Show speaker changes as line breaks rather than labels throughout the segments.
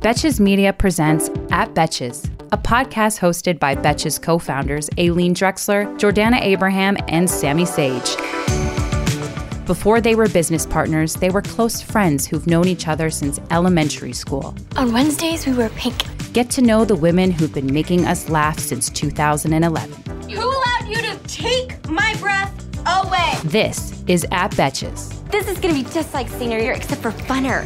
Betches Media presents At Betches, a podcast hosted by Betches co founders Aileen Drexler, Jordana Abraham, and Sammy Sage. Before they were business partners, they were close friends who've known each other since elementary school.
On Wednesdays, we wear pink.
Get to know the women who've been making us laugh since 2011.
Who allowed you to take my breath away?
This is At Betches.
This is gonna be just like senior year, except for funner.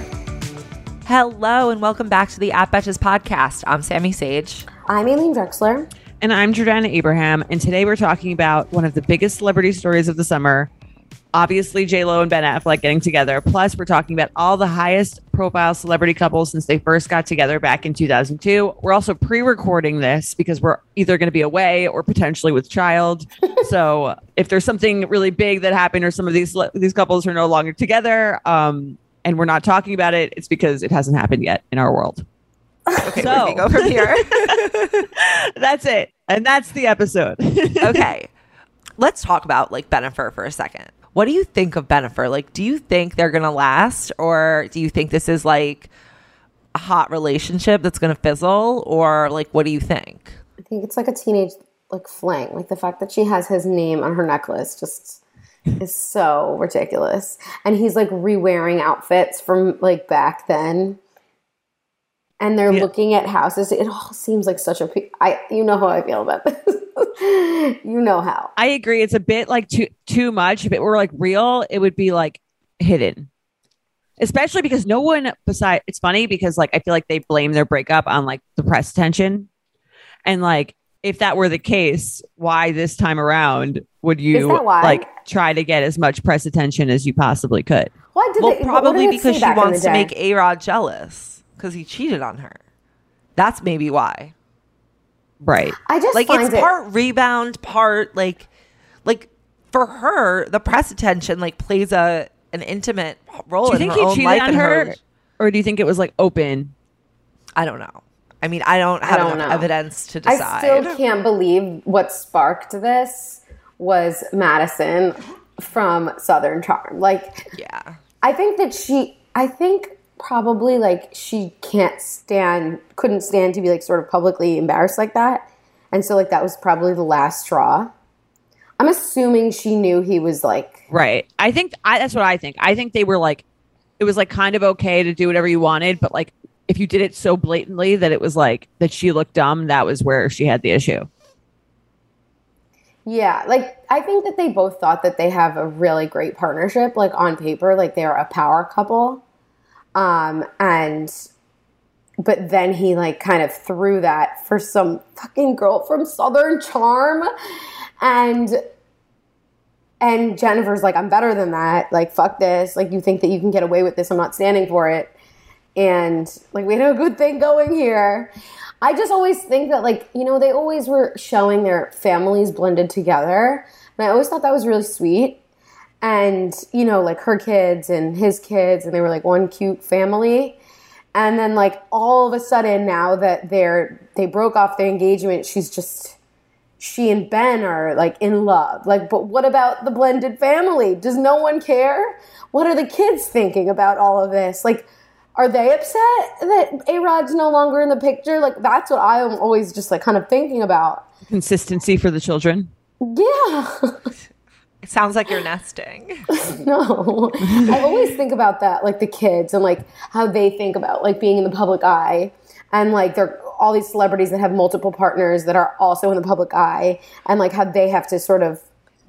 Hello and welcome back to the At Betches podcast. I'm Sammy Sage.
I'm Aileen Drexler.
And I'm Jordana Abraham. And today we're talking about one of the biggest celebrity stories of the summer. Obviously, J-Lo and Ben Affleck getting together. Plus, we're talking about all the highest profile celebrity couples since they first got together back in 2002. We're also pre recording this because we're either going to be away or potentially with child. so, if there's something really big that happened or some of these, these couples are no longer together, um, and we're not talking about it, it's because it hasn't happened yet in our world.
Okay,
So-
we go from here.
That's it. And that's the episode.
okay, let's talk about like Benifer for a second. What do you think of Benifer? Like, do you think they're gonna last, or do you think this is like a hot relationship that's gonna fizzle, or like what do you think?
I think it's like a teenage like fling. Like the fact that she has his name on her necklace just is so ridiculous. And he's like re-wearing outfits from like back then. And they're looking at houses. It all seems like such a pe- I you know how I feel about this. you know how.
I agree. It's a bit like too too much. If it were like real, it would be like hidden. Especially because no one beside it's funny because like I feel like they blame their breakup on like the press attention. And like if that were the case, why this time around would you
that why?
like try to get as much press attention as you possibly could?
What did
Well,
they, what- what
probably
did it say
because she
back in the
wants to
day?
make A Rod jealous because he cheated on her. That's maybe why.
Right.
I just
like
find
it's
it
part rebound, part like like for her, the press attention like plays a an intimate role.
Do
Oh,
you
in
think
her
he
own
cheated
life
on
and
her, or do you think it was like open?
I don't know. I mean, I don't have
don't
enough
know.
evidence to decide.
I still can't believe what sparked this was Madison from Southern Charm. Like
yeah,
I think that she, I think probably like she can't stand, couldn't stand to be like sort of publicly embarrassed like that. And so like that was probably the last straw. I'm assuming she knew he was like,
Right. I think I, that's what I think. I think they were like, it was like kind of okay to do whatever you wanted, but like if you did it so blatantly that it was like that she looked dumb, that was where she had the issue.
yeah, like I think that they both thought that they have a really great partnership, like on paper, like they're a power couple. Um, and but then he like kind of threw that for some fucking girl from Southern Charm, and and Jennifer's like, I'm better than that. Like, fuck this. Like, you think that you can get away with this? I'm not standing for it. And like, we had a good thing going here. I just always think that like you know they always were showing their families blended together, and I always thought that was really sweet. And you know, like her kids and his kids, and they were like one cute family. And then like all of a sudden now that they're they broke off the engagement, she's just she and Ben are like in love. Like, but what about the blended family? Does no one care? What are the kids thinking about all of this? Like, are they upset that A Rod's no longer in the picture? Like, that's what I'm always just like kind of thinking about.
Consistency for the children.
Yeah.
it sounds like you're nesting.
No, I always think about that, like the kids and like how they think about like being in the public eye, and like they're all these celebrities that have multiple partners that are also in the public eye, and like how they have to sort of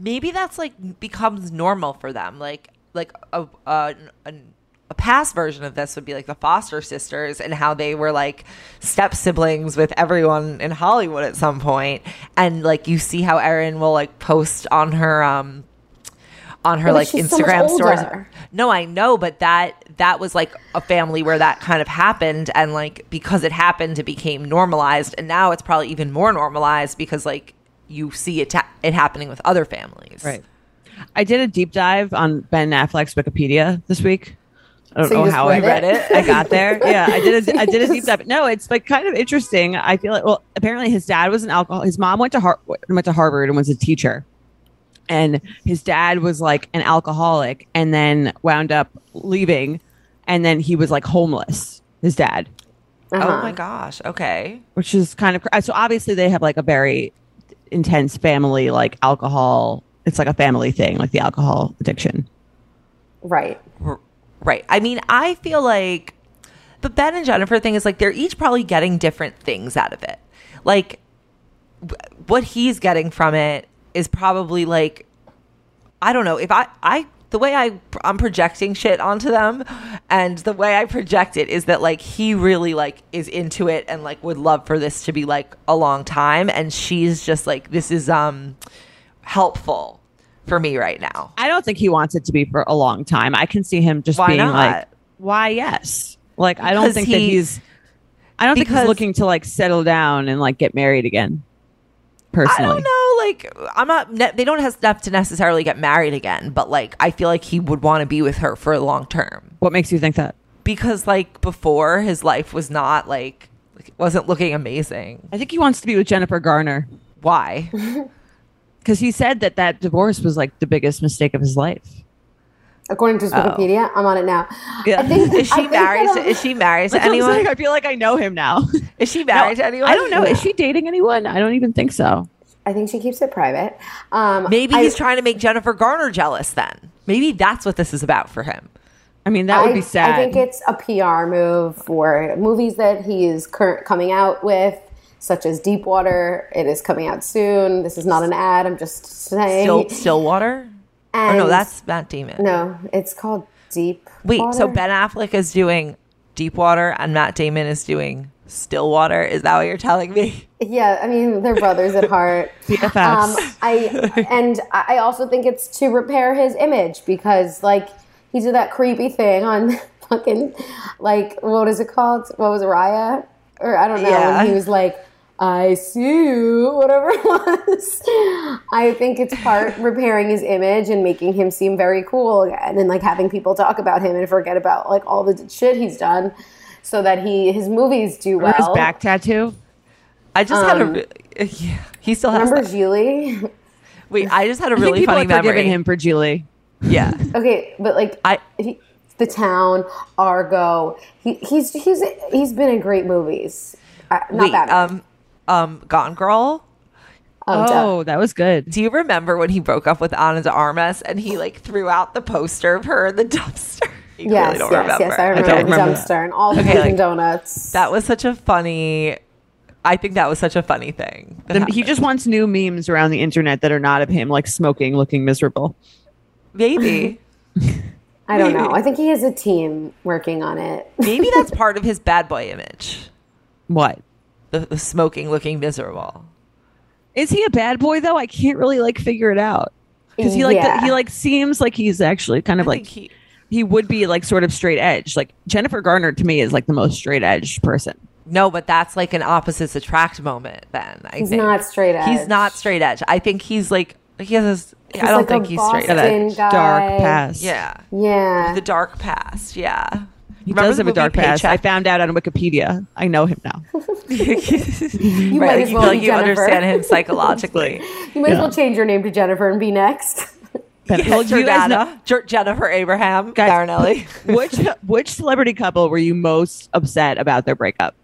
Maybe that's like becomes normal for them. Like like a a, a a past version of this would be like the Foster sisters and how they were like step siblings with everyone in Hollywood at some point, and like you see how Erin will like post on her um on her
but
like
she's so much
Instagram stories.
older.
No, I know, but that that was like a family where that kind of happened, and like because it happened, it became normalized, and now it's probably even more normalized because like you see it ta- it happening with other families,
I did a deep dive on Ben Affleck's Wikipedia this week. I don't
So you
know
just
how I read
read
it.
it?
I got there. Yeah, I did. A, I did a deep dive. No, it's like kind of interesting. I feel like well, apparently his dad was an alcohol. His mom went to Har- went to Harvard and was a teacher, and his dad was like an alcoholic, and then wound up leaving, and then he was like homeless. His dad,
Oh
Uh-huh.
my gosh. Okay.
which is kind of cr- so obviously they have like a very intense family like alcohol it's like a family thing like the alcohol addiction
Right.
R- Right. I mean, I feel like the Ben and Jennifer thing is like they're each probably getting different things out of it. Like w- what he's getting from it is probably like I don't know if I I the way I I'm projecting shit onto them and the way I project it is that like he really like is into it and like would love for this to be like a long time and she's just like this is um helpful for me right now.
i don't think he wants it to be for a long time i can see him just
Why
being
not?
like why yes like i don't
Because
think that
he-
he's i don't think
because-
he's looking to like settle down and like get married again
I don't
personally
know. Like, I'm not. Ne- they don't have have to necessarily get married again, but like, I feel like he would want to be with her for long term
what makes you think that
because, like, before his life was not like like, it wasn't looking amazing.
i think he wants to be with jennifer garner
Why?
because he said that that divorce was like the biggest mistake of his life
According to his Wikipedia, I'm on it now.
Yeah.
I think,
Oh. Is
I
she
think
married?
that
To,
I'm-
is she married to
Like, I was
anyone?
like, i feel like i know him now
Is she married
No,
to anyone?
I don't know. Is she dating anyone? I don't even think so.
I think she keeps it private. Um,
Maybe
I-
he's trying to make Jennifer Garner jealous. Then maybe that's what this is about for him.
I mean, that would
I-
be sad.
I think it's a PR move for movies that he is current coming out with, such as Deepwater. It is coming out soon. This is not an ad. I'm just saying.
Still, Stillwater. Oh no,
And-
that's Matt Damon.
no. It's called Deep.
Wait, so
Water?
Ben Affleck is doing Deepwater and Matt Damon is doing Stillwater. Is that what you're telling me?
Yeah, I mean they're brothers at heart.
BFFs.
Um, I and I also think it's to repair his image because like he did that creepy thing on fucking like what is it called? What was it, Raya? Or I don't know.
Yeah.
When he was like, I see you, whatever it was. I think it's part repairing his image and making him seem very cool again and like having people talk about him and forget about like all the shit he's done so that he his movies do well.
His back tattoo.
I just had a
Um,
re- yeah, he still has
Remember
that.
Julie?
Wait, I just had a
I think
really
people
funny
have forgiven
memory.
him for Julie.
Yeah.
Okay, but like
I
he, the town, Argo. He, he's he's he's been in great movies. Uh, not
wait,
that.
um um Gone Girl.
oh, duh.
Oh, that was good.
Do you remember when he broke up with Ana de Armas and he like threw out the poster of her in the dumpster? You
yes,
really don't
yes,
remember.
yes. I
don't
remember,
remember
the
that.
dumpster and all the
Okay,
Dunkin'
like-
donuts.
That was such a funny I think that was such a funny thing. that
The- he
happened.
just wants new memes around the internet that are not of him, like smoking, looking miserable.
maybe
I don't know. I think he has a team working on it.
maybe that's part of his bad boy image.
What?
The, the smoking looking miserable.
Is he a bad boy though? I can't really like figure it out because he like
Yeah.
he like seems like he's actually kind of
I
like
think he
he would be like sort of straight edge. Like Jennifer Garner to me is like the most straight edge person.
No, but that's like an opposites attract moment. Then I
He's
think.
not straight edge.
He's not straight edge. I think he's like he has. This, I don't
like a
think he's straight edge.
Got
Boston-
a
Thin guy.
dark past.
Yeah,
Yeah.
the dark past. Yeah,
He does have a dark past. I found out on Wikipedia. I know him now.
you
might
right, like,
as
you
well
feel
be
like you
Jennifer.
understand him psychologically.
you might as well change your name to Jennifer and be next.
Ben-
yeah,
well, do you guys know-
Jordana, Jer- Jennifer Abraham,
Guys-
Marinelli.
which which celebrity couple were you most upset about their breakup?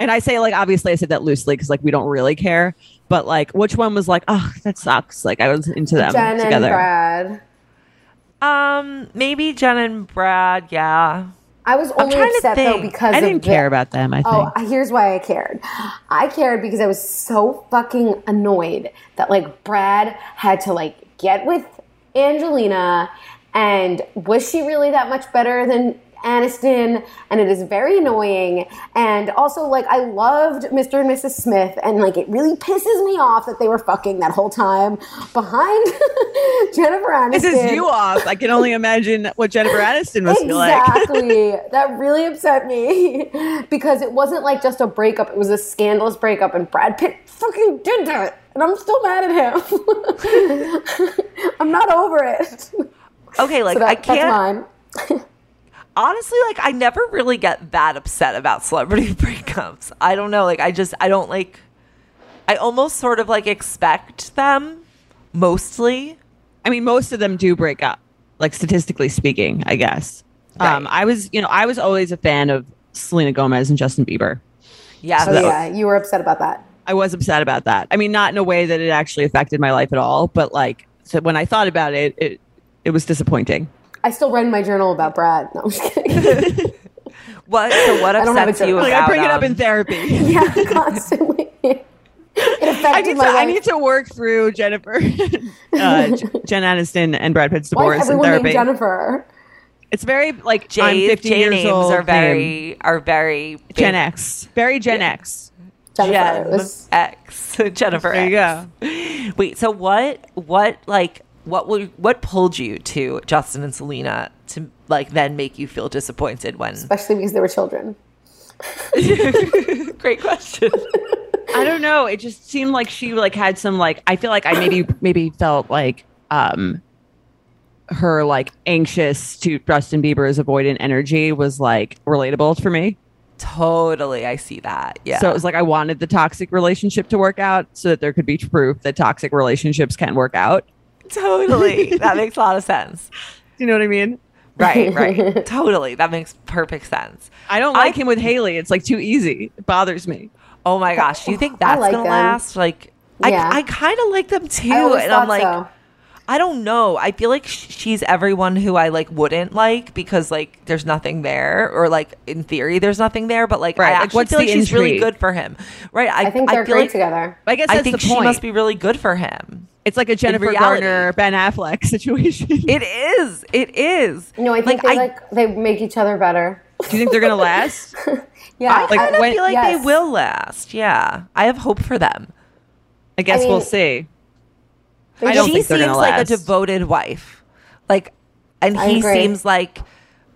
And I say like obviously I said that loosely because like we don't really care, but like which one was like oh that sucks like I was into them
Jen and
together.
Brad.
um, maybe Jen and Brad. Yeah,
I was only
trying to
upset though
think.
because
I
of
didn't
the-
care about them. I think
Oh, here's why I cared. I cared because I was so fucking annoyed that like Brad had to like get with Angelina and was she really that much better than Aniston? And it is very annoying. And also like I loved Mr. and Mrs. Smith and like it really pisses me off that they were fucking that whole time behind Jennifer Aniston.
this is you off. I can only imagine what Jennifer Aniston must be like.
Exactly. that really upset me because it wasn't like just a breakup, it was a scandalous breakup, and Brad Pitt fucking did that. And I'm still mad at him. I'm not over it. So
okay. Like
that-
I
That's
can't.
mine.
honestly like i never really get that upset about celebrity breakups i don't know like i just i don't like i almost sort of like expect them mostly
I mean, most of them do break up, like statistically speaking, I guess. Um, I was, you know, I was always a fan of Selena Gomez and Justin Bieber.
Yeah.
Oh, yeah, you were upset about that.
I was upset about that. I mean, not in a way that it actually affected my life at all, but like so when I thought about it, it it was disappointing.
I still read my journal about Brad. No, I'm just kidding.
What? So what
don't have a
upsets you
joke.
about
Like I bring it up
um,
in therapy.
yeah, constantly. It affected
I need, to,
my life.
I need to work through Jennifer, uh, J- Jen Aniston, and Brad Pitt's
Why
divorce
is
in
everyone named
therapy.
Jennifer?
It's very like I'm
Jay's,
50
Jay
years
names
old.
are
name.
very are very
Gen
big.
X, very Gen X.
Jennifer.
Jen
It was-
X Jennifer.
There you
X. Wait, so what? What like what would what pulled you to Justin and Selena to like then make you feel disappointed when?
especially because they were children.
Great question.
I don't know. It just seemed like she like had some like I feel like I maybe maybe felt like um her like anxious to Justin Bieber's avoidant energy was like relatable for me.
totally, I see that. Yeah.
So it was like I wanted the toxic relationship to work out so that there could be proof that toxic relationships can work out.
totally, that makes a lot of sense.
Do you know what I mean?
Right, right. totally, that makes perfect sense.
I don't like him with Haley. It's like too easy. It bothers me.
Oh my gosh, do you think that's
like
gonna
them.
last? Like,
Yeah.
I, I kind of like them too,
I always
and
thought
I'm like,
so.
I don't know. I feel like sh- she's everyone who I like wouldn't like because like there's nothing there, or like in theory there's nothing there, but like
Right,
I
like,
actually
what's
feel like
the
she's really
intrigue?
good for him, right?
I think they're
feel
great
like-
together.
I guess that's
I think
the
she
point.
must be really good for him.
it's like a Jennifer
reality.
Garner, Ben Affleck situation. Do
It is. It is.
No, I think they like they make each other better.
you think they're gonna last?
Yeah,
I kind of
when-
feel like
yes.
they will last. Yeah, I have hope for them.
I guess
I
we'll
mean-
see.
They
I don't
she
think they're
seems
gonna
like
last.
a devoted wife, like, and
I
he
agree.
seems like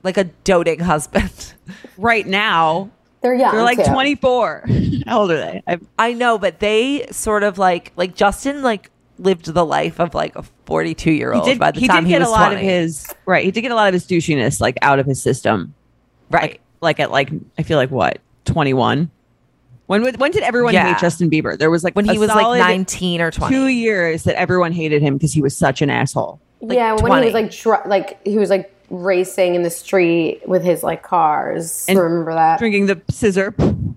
like a doting husband.
Right now,
they're young.
they're like
too.
24. How old are they? I,
I know, but they sort of like like Justin like lived the life of like a 42 year
he
old
did.
by the
he
time
did
he
get
was
a lot
20.
of his right. He did get a lot of his douchiness like out of his system.
right.
Like at like I feel like what 21. When would- when did everyone
Yeah.
hate Justin Bieber? There was like
When
a
he was like
solid
19 or 20.
two years that everyone hated him because he was such an asshole.
yeah, when he
20.
was like dr- like he was like racing in the street with his like cars.
And
Remember that?
drinking the scissor.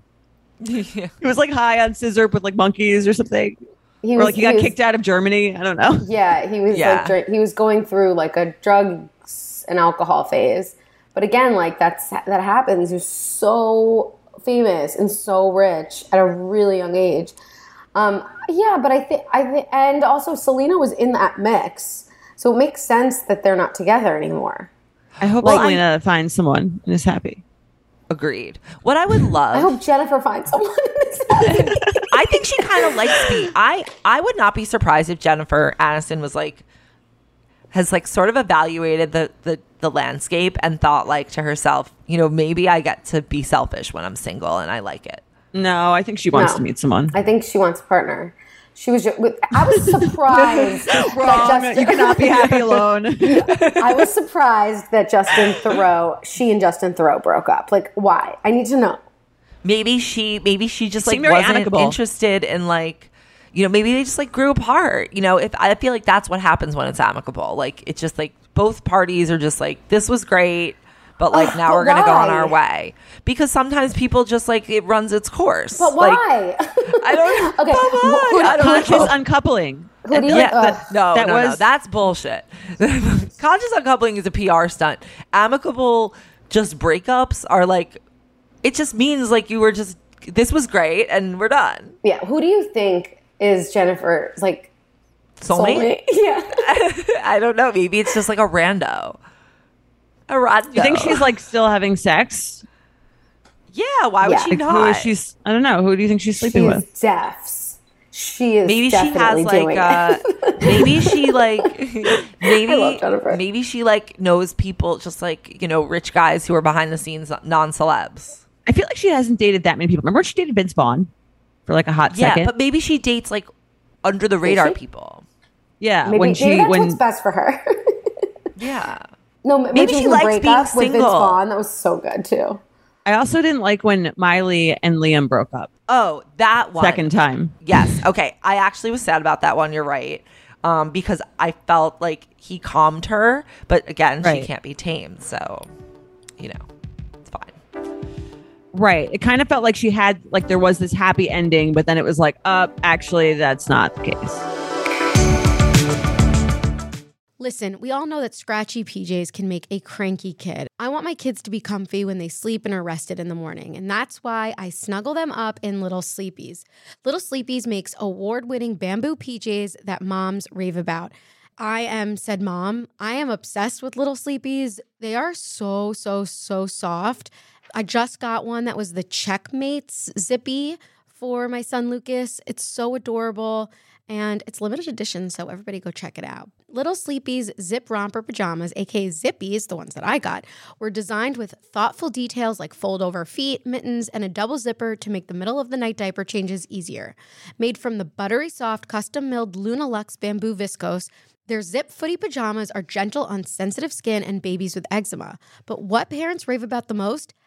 He was like high on scissor with like monkeys or something.
He
Or like he got
was-
kicked out of Germany. I don't know.
Yeah, he was
Yeah.
like drink, he was going through like a drugs and alcohol phase. But again, like that's that happens. You're so famous and so rich at a really young age. Um, yeah, but I think I think, and also Selena was in that mix, so it makes sense that they're not together anymore.
I hope
Well,
Selena finds someone and is happy.
Agreed. What I would love.
I hope Jennifer finds someone. In this
I think she kind of likes me. I I would not be surprised if Jennifer Aniston was like has like sort of evaluated the the the landscape and thought like to herself, you know, maybe I get to be selfish when I'm single and I like it.
No, I think she wants
No.
to meet someone.
I think she wants a partner. She was. ju- with- I was surprised that Justin.
you cannot be happy alone.
I was surprised that Justin Thoreau, she and Justin Thoreau broke up. Like, why? I need to know.
Maybe she maybe she just like
seemed very
wasn't
amicable.
interested in like you know, maybe they just like grew apart. You know, if I feel like that's what happens when it's amicable. Like it's just like both parties are just like this was great, but like
Ugh,
now
but
we're going to go on
why?
our way. Because sometimes people just like it runs its course.
But
Like,
why?
I don't know.
okay.
Come on.
who- who-
I don't
who-
Conscious uncoupling.
Who do you? uh,
Yeah,
ugh.
that- no,
that
no, no,
was-
that's bullshit. Conscious uncoupling is a PR stunt. Amicable, just breakups are like, it just means like you were just this was great and we're done.
yeah. Who do you think is Jennifer's like
Soulmate?
soulmate? Yeah.
I don't know. Maybe it's just like a rando. A rando.
You think she's like still having sex?
yeah? Why would
Yeah.
she
Like,
not?
Who is she? s- I don't know. Who do you think she's sleeping
She's
with?
deafs. She is
maybe she
definitely
has
doing
like uh
it.
maybe she like
love
maybe
Jennifer.
maybe she like knows people just like you know rich guys who are behind the scenes non celebs.
I feel like she hasn't dated that many people. Remember when she dated Vince Vaughn for like a hot
Yeah,
second?
but maybe she dates like under the radar people.
yeah,
maybe,
when
maybe
she
that's
when
what's best for her.
Yeah.
no, maybe
Maybe she likes being
breakup with Vince
single.
Vaughn. That was so good too.
I also didn't like when Miley and Liam broke up
Oh, that one.
second time.
Yes. Okay. I actually was sad about that one. You're right. Um, because I felt like he calmed her, but again,
Right.
she can't be tamed. So, you know, it's fine.
Right. It kind of felt like she had like there was this happy ending, but then it was like, uh, actually that's not the case.
Listen, we all know that scratchy PJs can make a cranky kid. I want my kids to be comfy when they sleep and are rested in the morning, and that's why I snuggle them up in Little Sleepies. Little Sleepies makes award-winning bamboo PJs that moms rave about. I am said mom. I am obsessed with Little Sleepies. They are so so so soft. I just got one that was the Checkmates Zippy for my son Lucas. It's so adorable and it's limited edition, so everybody go check it out. Little Sleepy's zip romper pajamas, aka Zippies, the ones that I got, were designed with thoughtful details like fold over feet, mittens, and a double zipper to make the middle of the night diaper changes easier. Made from the buttery soft custom milled Luna Lux bamboo viscose, their zip footy pajamas are gentle on sensitive skin and babies with eczema. But what parents rave about the most?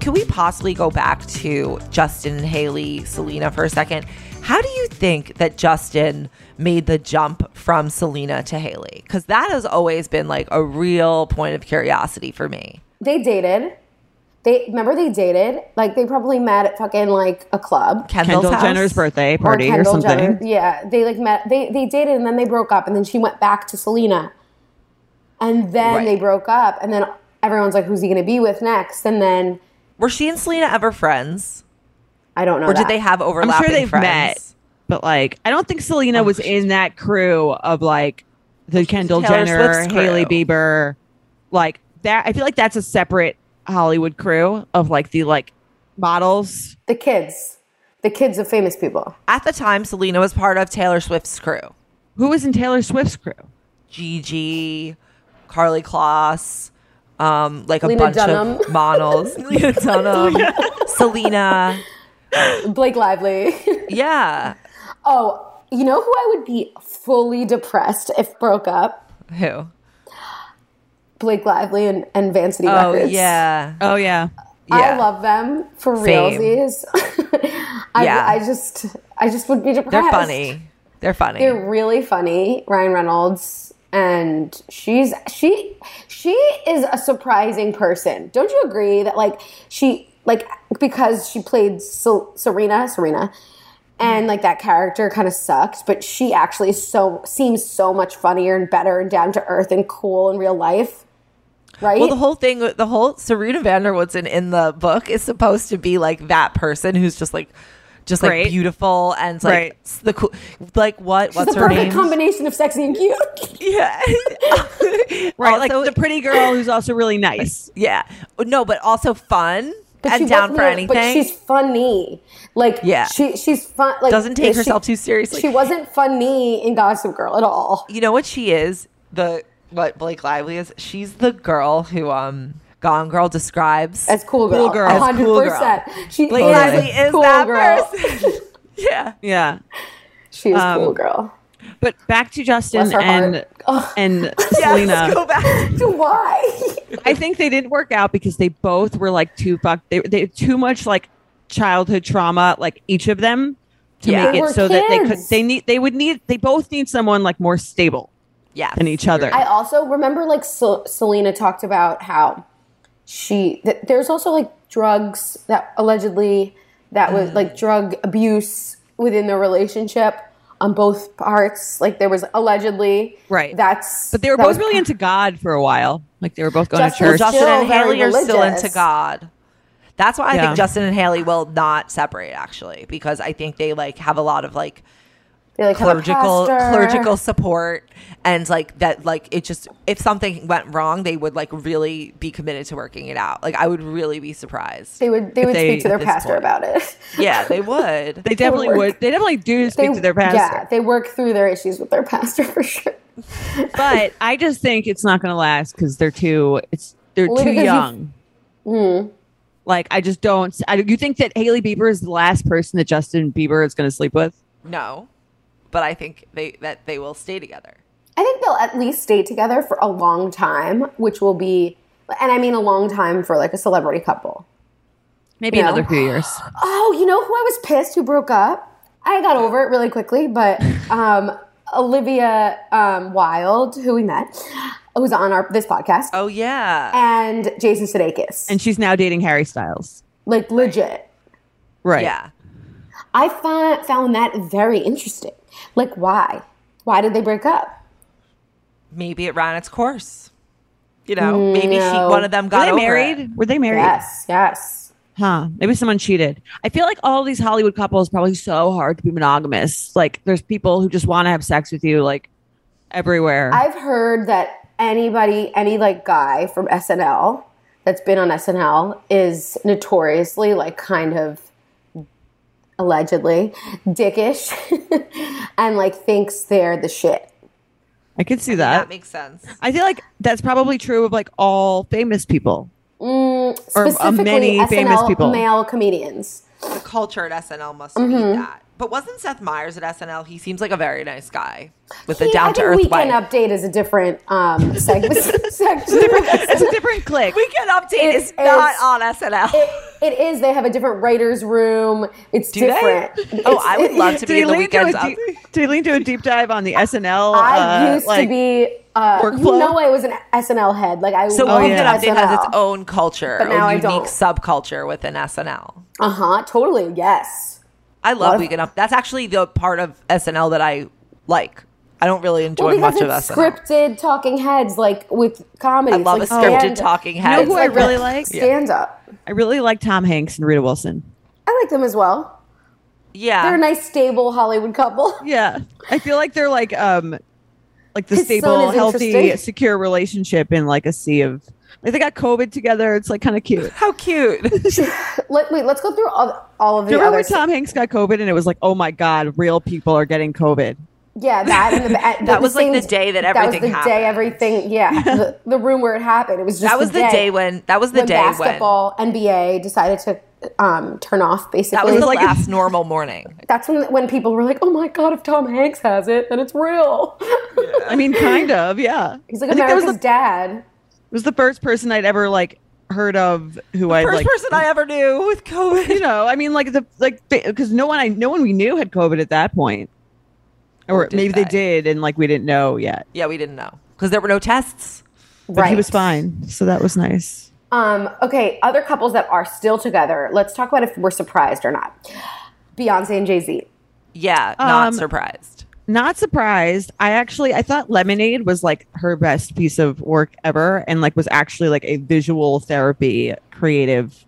Can we possibly go back to Justin, Haley, Selena for a second? How do you think that Justin made the jump from Selena to Haley? Because that has always been like a real point of curiosity for me.
They dated. They remember they dated. Like they probably met at fucking like a club.
Kendall's
Kendall
house?
Jenner's birthday
Or
party or,
Kendall
something.
Jenner. Yeah, they like met. They they dated and then they broke up, and then she went back to Selena, and then
Right.
they broke up, and then everyone's like, "Who's he going to be with next?" And then
Were she and Selena ever friends?
I don't know.
Or
that.
did they have
I'm
overlapping
sure they've
friends?
met, but like I don't think
Oh,
Selena was in that crew of like the Kendall
Taylor
Jenner,
Swift's crew.
Haley Bieber, like that. I feel like that's a separate Hollywood crew of like the like models.
the kids, the kids of famous people?
At the time, Selena was part of Taylor Swift's crew.
Who was in Taylor Swift's crew?
Gigi, Carly Kloss, um, like a
Lena
bunch
Dunham.
of models. Lena Dunham, Selena.
Blake Lively.
Yeah.
oh, you know who I would be fully depressed if broke up?
Who?
Blake Lively and, and Vancity
Oh,
Records.
yeah.
Oh yeah,
I
Yeah.
love them for
Same.
realsies. I,
Yeah.
I just, I just would be depressed.
They're funny. They're funny.
They're really funny, Ryan Reynolds, and she's she she is a surprising person. Don't you agree that like she like because she played Sel- Serena Serena and like that character kind of sucked, but she actually is so seems so much funnier and better and down to earth and cool in real life, right?
well, the whole thing, the whole Serena Vanderwoodson in, in the book is supposed to be like that person who's just like, just
Great.
like beautiful and like
Right.
s- the cool, like what?
She's
what's
the
her
perfect
name?
combination of sexy and cute.
yeah.
right.
Also-
like the pretty girl who's also really nice.
Yeah. No, but also fun
But she
and down
wasn't
for
really-
anything.
But she's funny. Like
Yeah.
she she's fun. Like
Doesn't take
she-
herself too seriously.
She wasn't funny in Gossip Girl at all.
you know what she is? The what Blake Lively is? She's the girl who um Gone Girl describes
As cool girl,
Cool girl. As
hundred
cool girl.
percent. She
Blake Lively is
cool
that
girl.
person. yeah.
Yeah,
She is
Um,
cool girl.
but back to Justin
Bless her
and
heart. Ugh.
and
Yeah,
Selena.
let's go back.
Why?
I think they didn't work out because they both were like too fucked. They, they had too much like childhood trauma, like each of them, to
Yeah.
make
They
it
were
so that they could.
kids.
They need. They would need. They both need someone like more stable
Yes.
than each other.
I also remember like Sel- Selena talked about how she th- there's also like drugs that allegedly that
Mm.
was like drug abuse within their relationship on both parts. Like there was allegedly
Right.
That's
but they were
that
both
was-
really into God for a while. Like they were both going
Justin-
to church.
Justin
still
and
very
Haley are still
religious.
into God. That's why I
Yeah.
think Justin and Haley will not separate actually, because I think they like have a lot of like
they, like, have a
clerical
pastor.
clerical support and like that like it just if something went wrong they would like really be committed to working it out like i would really be surprised
They would they would
they-
speak to their
at this
pastor
point.
about it.
yeah they would
they definitely
work.
would. They definitely do speak to their
Yeah,
pastor.
they work through their issues with their pastor for sure.
But I just think it's not going to last because they're too. It's they're
Only
too
because you-
young. Like I just don't. I, you think that Haley Bieber is the last person that Justin Bieber is going to sleep with?
No, but I think they that they will stay together.
I think they'll at least stay together for a long time, which will be, and I mean a long time for like a celebrity couple.
Maybe
No.
another few years.
Oh, you know who I was pissed who broke up? I got over it really quickly, but um, Olivia um, Wilde, who we met, who's on our this podcast,
Oh yeah,
and Jason Sudeikis,
And she's now dating Harry Styles.
like legit.
Right.
yeah.
I found found that very interesting. Like, why? Why did they break up?
Maybe it ran its course. You know, maybe she
No.
one of them
Were
got
they
over
married?
it.
Were they married?
Yes, yes.
Huh. Maybe someone cheated. I feel like all these Hollywood couples probably so hard to be monogamous. Like there's people who just want to have sex with you like everywhere.
I've heard that anybody, any like guy from SNL that's been on SNL is notoriously like kind of allegedly dickish and like thinks they're the shit.
I could see that.
That makes sense.
I feel like that's probably true of like all famous people.
Mm,
Or, uh,
specifically,
many
SNL
famous people.
male comedians.
The culture at SNL must be
Mm-hmm.
that. But wasn't Seth Myers at SNL? He seems like a very nice guy with a
He- I
down
think
to earth wife.
Weekend Update is a different um, segment. section.
It's a different click.
Weekend Update
It
is not
is-
on SNL.
It, it is. They have a different writers' room. It's
they?
different.
oh,
It's-
I would love to
Did
be
he,
in the
lean to
Weekend
a
Update.
deep, did he lean to a deep dive on the SNL?
I
uh,
used to
like-
be. Uh, you
workflow?
know, I was an SNL head. Like I
So
loved
Weekend
yeah.
SNL.
Update has its own culture,
But now
a
I
unique
don't.
subculture within SNL.
Uh huh. Totally. Yes.
I love
of-
Weekend Update. That's actually the part of SNL that I like. I don't really enjoy
Well, because
much of
it's
SNL.
scripted talking heads, like with comedy.
I
It's
love
like
a scripted
stand-
talking
It's
head.
You know who I really
a
like?
Stand up.
I really like Tom Hanks and Rita Wilson.
I like them as well.
yeah,
They're a nice, stable Hollywood couple.
Yeah, I feel like they're like um, like the
His son
stable,
is
healthy,
interesting.
secure relationship in like a sea of like they got COVID together. It's like kind of cute.
how cute.
Let, wait, let's go through all, all of
Do
the
you remember
other.
when Tom Hanks got COVID and it was like, oh my god, real people are getting COVID.
Yeah, that and the, and
That was, like,
same-
the day that
That was
everything
the
happened.
day everything. Yeah, the, the room where it happened. It was just
That was the day, when that was the
when
day when
basketball NBA decided to um, turn off. Basically,
that was the
like a-
last normal morning.
that's when when people were like, "Oh my god, if Tom Hanks has it, then it's real."
I mean, kind of, yeah.
He's like
I think that was
America's
the,
dad.
was the first person I'd ever like heard of who I
First
like.
person I ever knew with COVID.
you know, I mean, like the like because no one I no one we knew had COVID at that point, or,
did
maybe
they?
they did, and like we didn't know yet.
Yeah, we didn't know because there were no tests.
But
Right.
he was fine, so that was nice.
Um, okay, other couples that are still together. Let's talk about if we're surprised or not. Beyonce and Jay Z.
Yeah, not
Um,
surprised.
Not surprised. I actually I thought Lemonade was like her best piece of work ever, and like was actually like a visual therapy creative,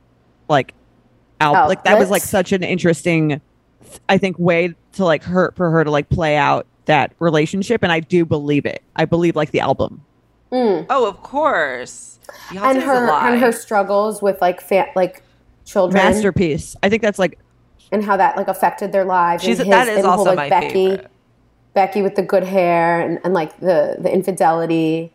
like out
Oh,
like that was
Outlet.
like such an interesting, I think way to like her for her to like play out that relationship, and I do believe it. I believe like the album.
Oh, of course. Beyonce's
Mm. and her
a lie.
and her struggles with like fa- like children
masterpiece. I think that's like
and how that like affected their lives.
She's-
and
that is
and the whole,
also my
like, Becky,
favorite.
Becky with the good hair and, and like the the infidelity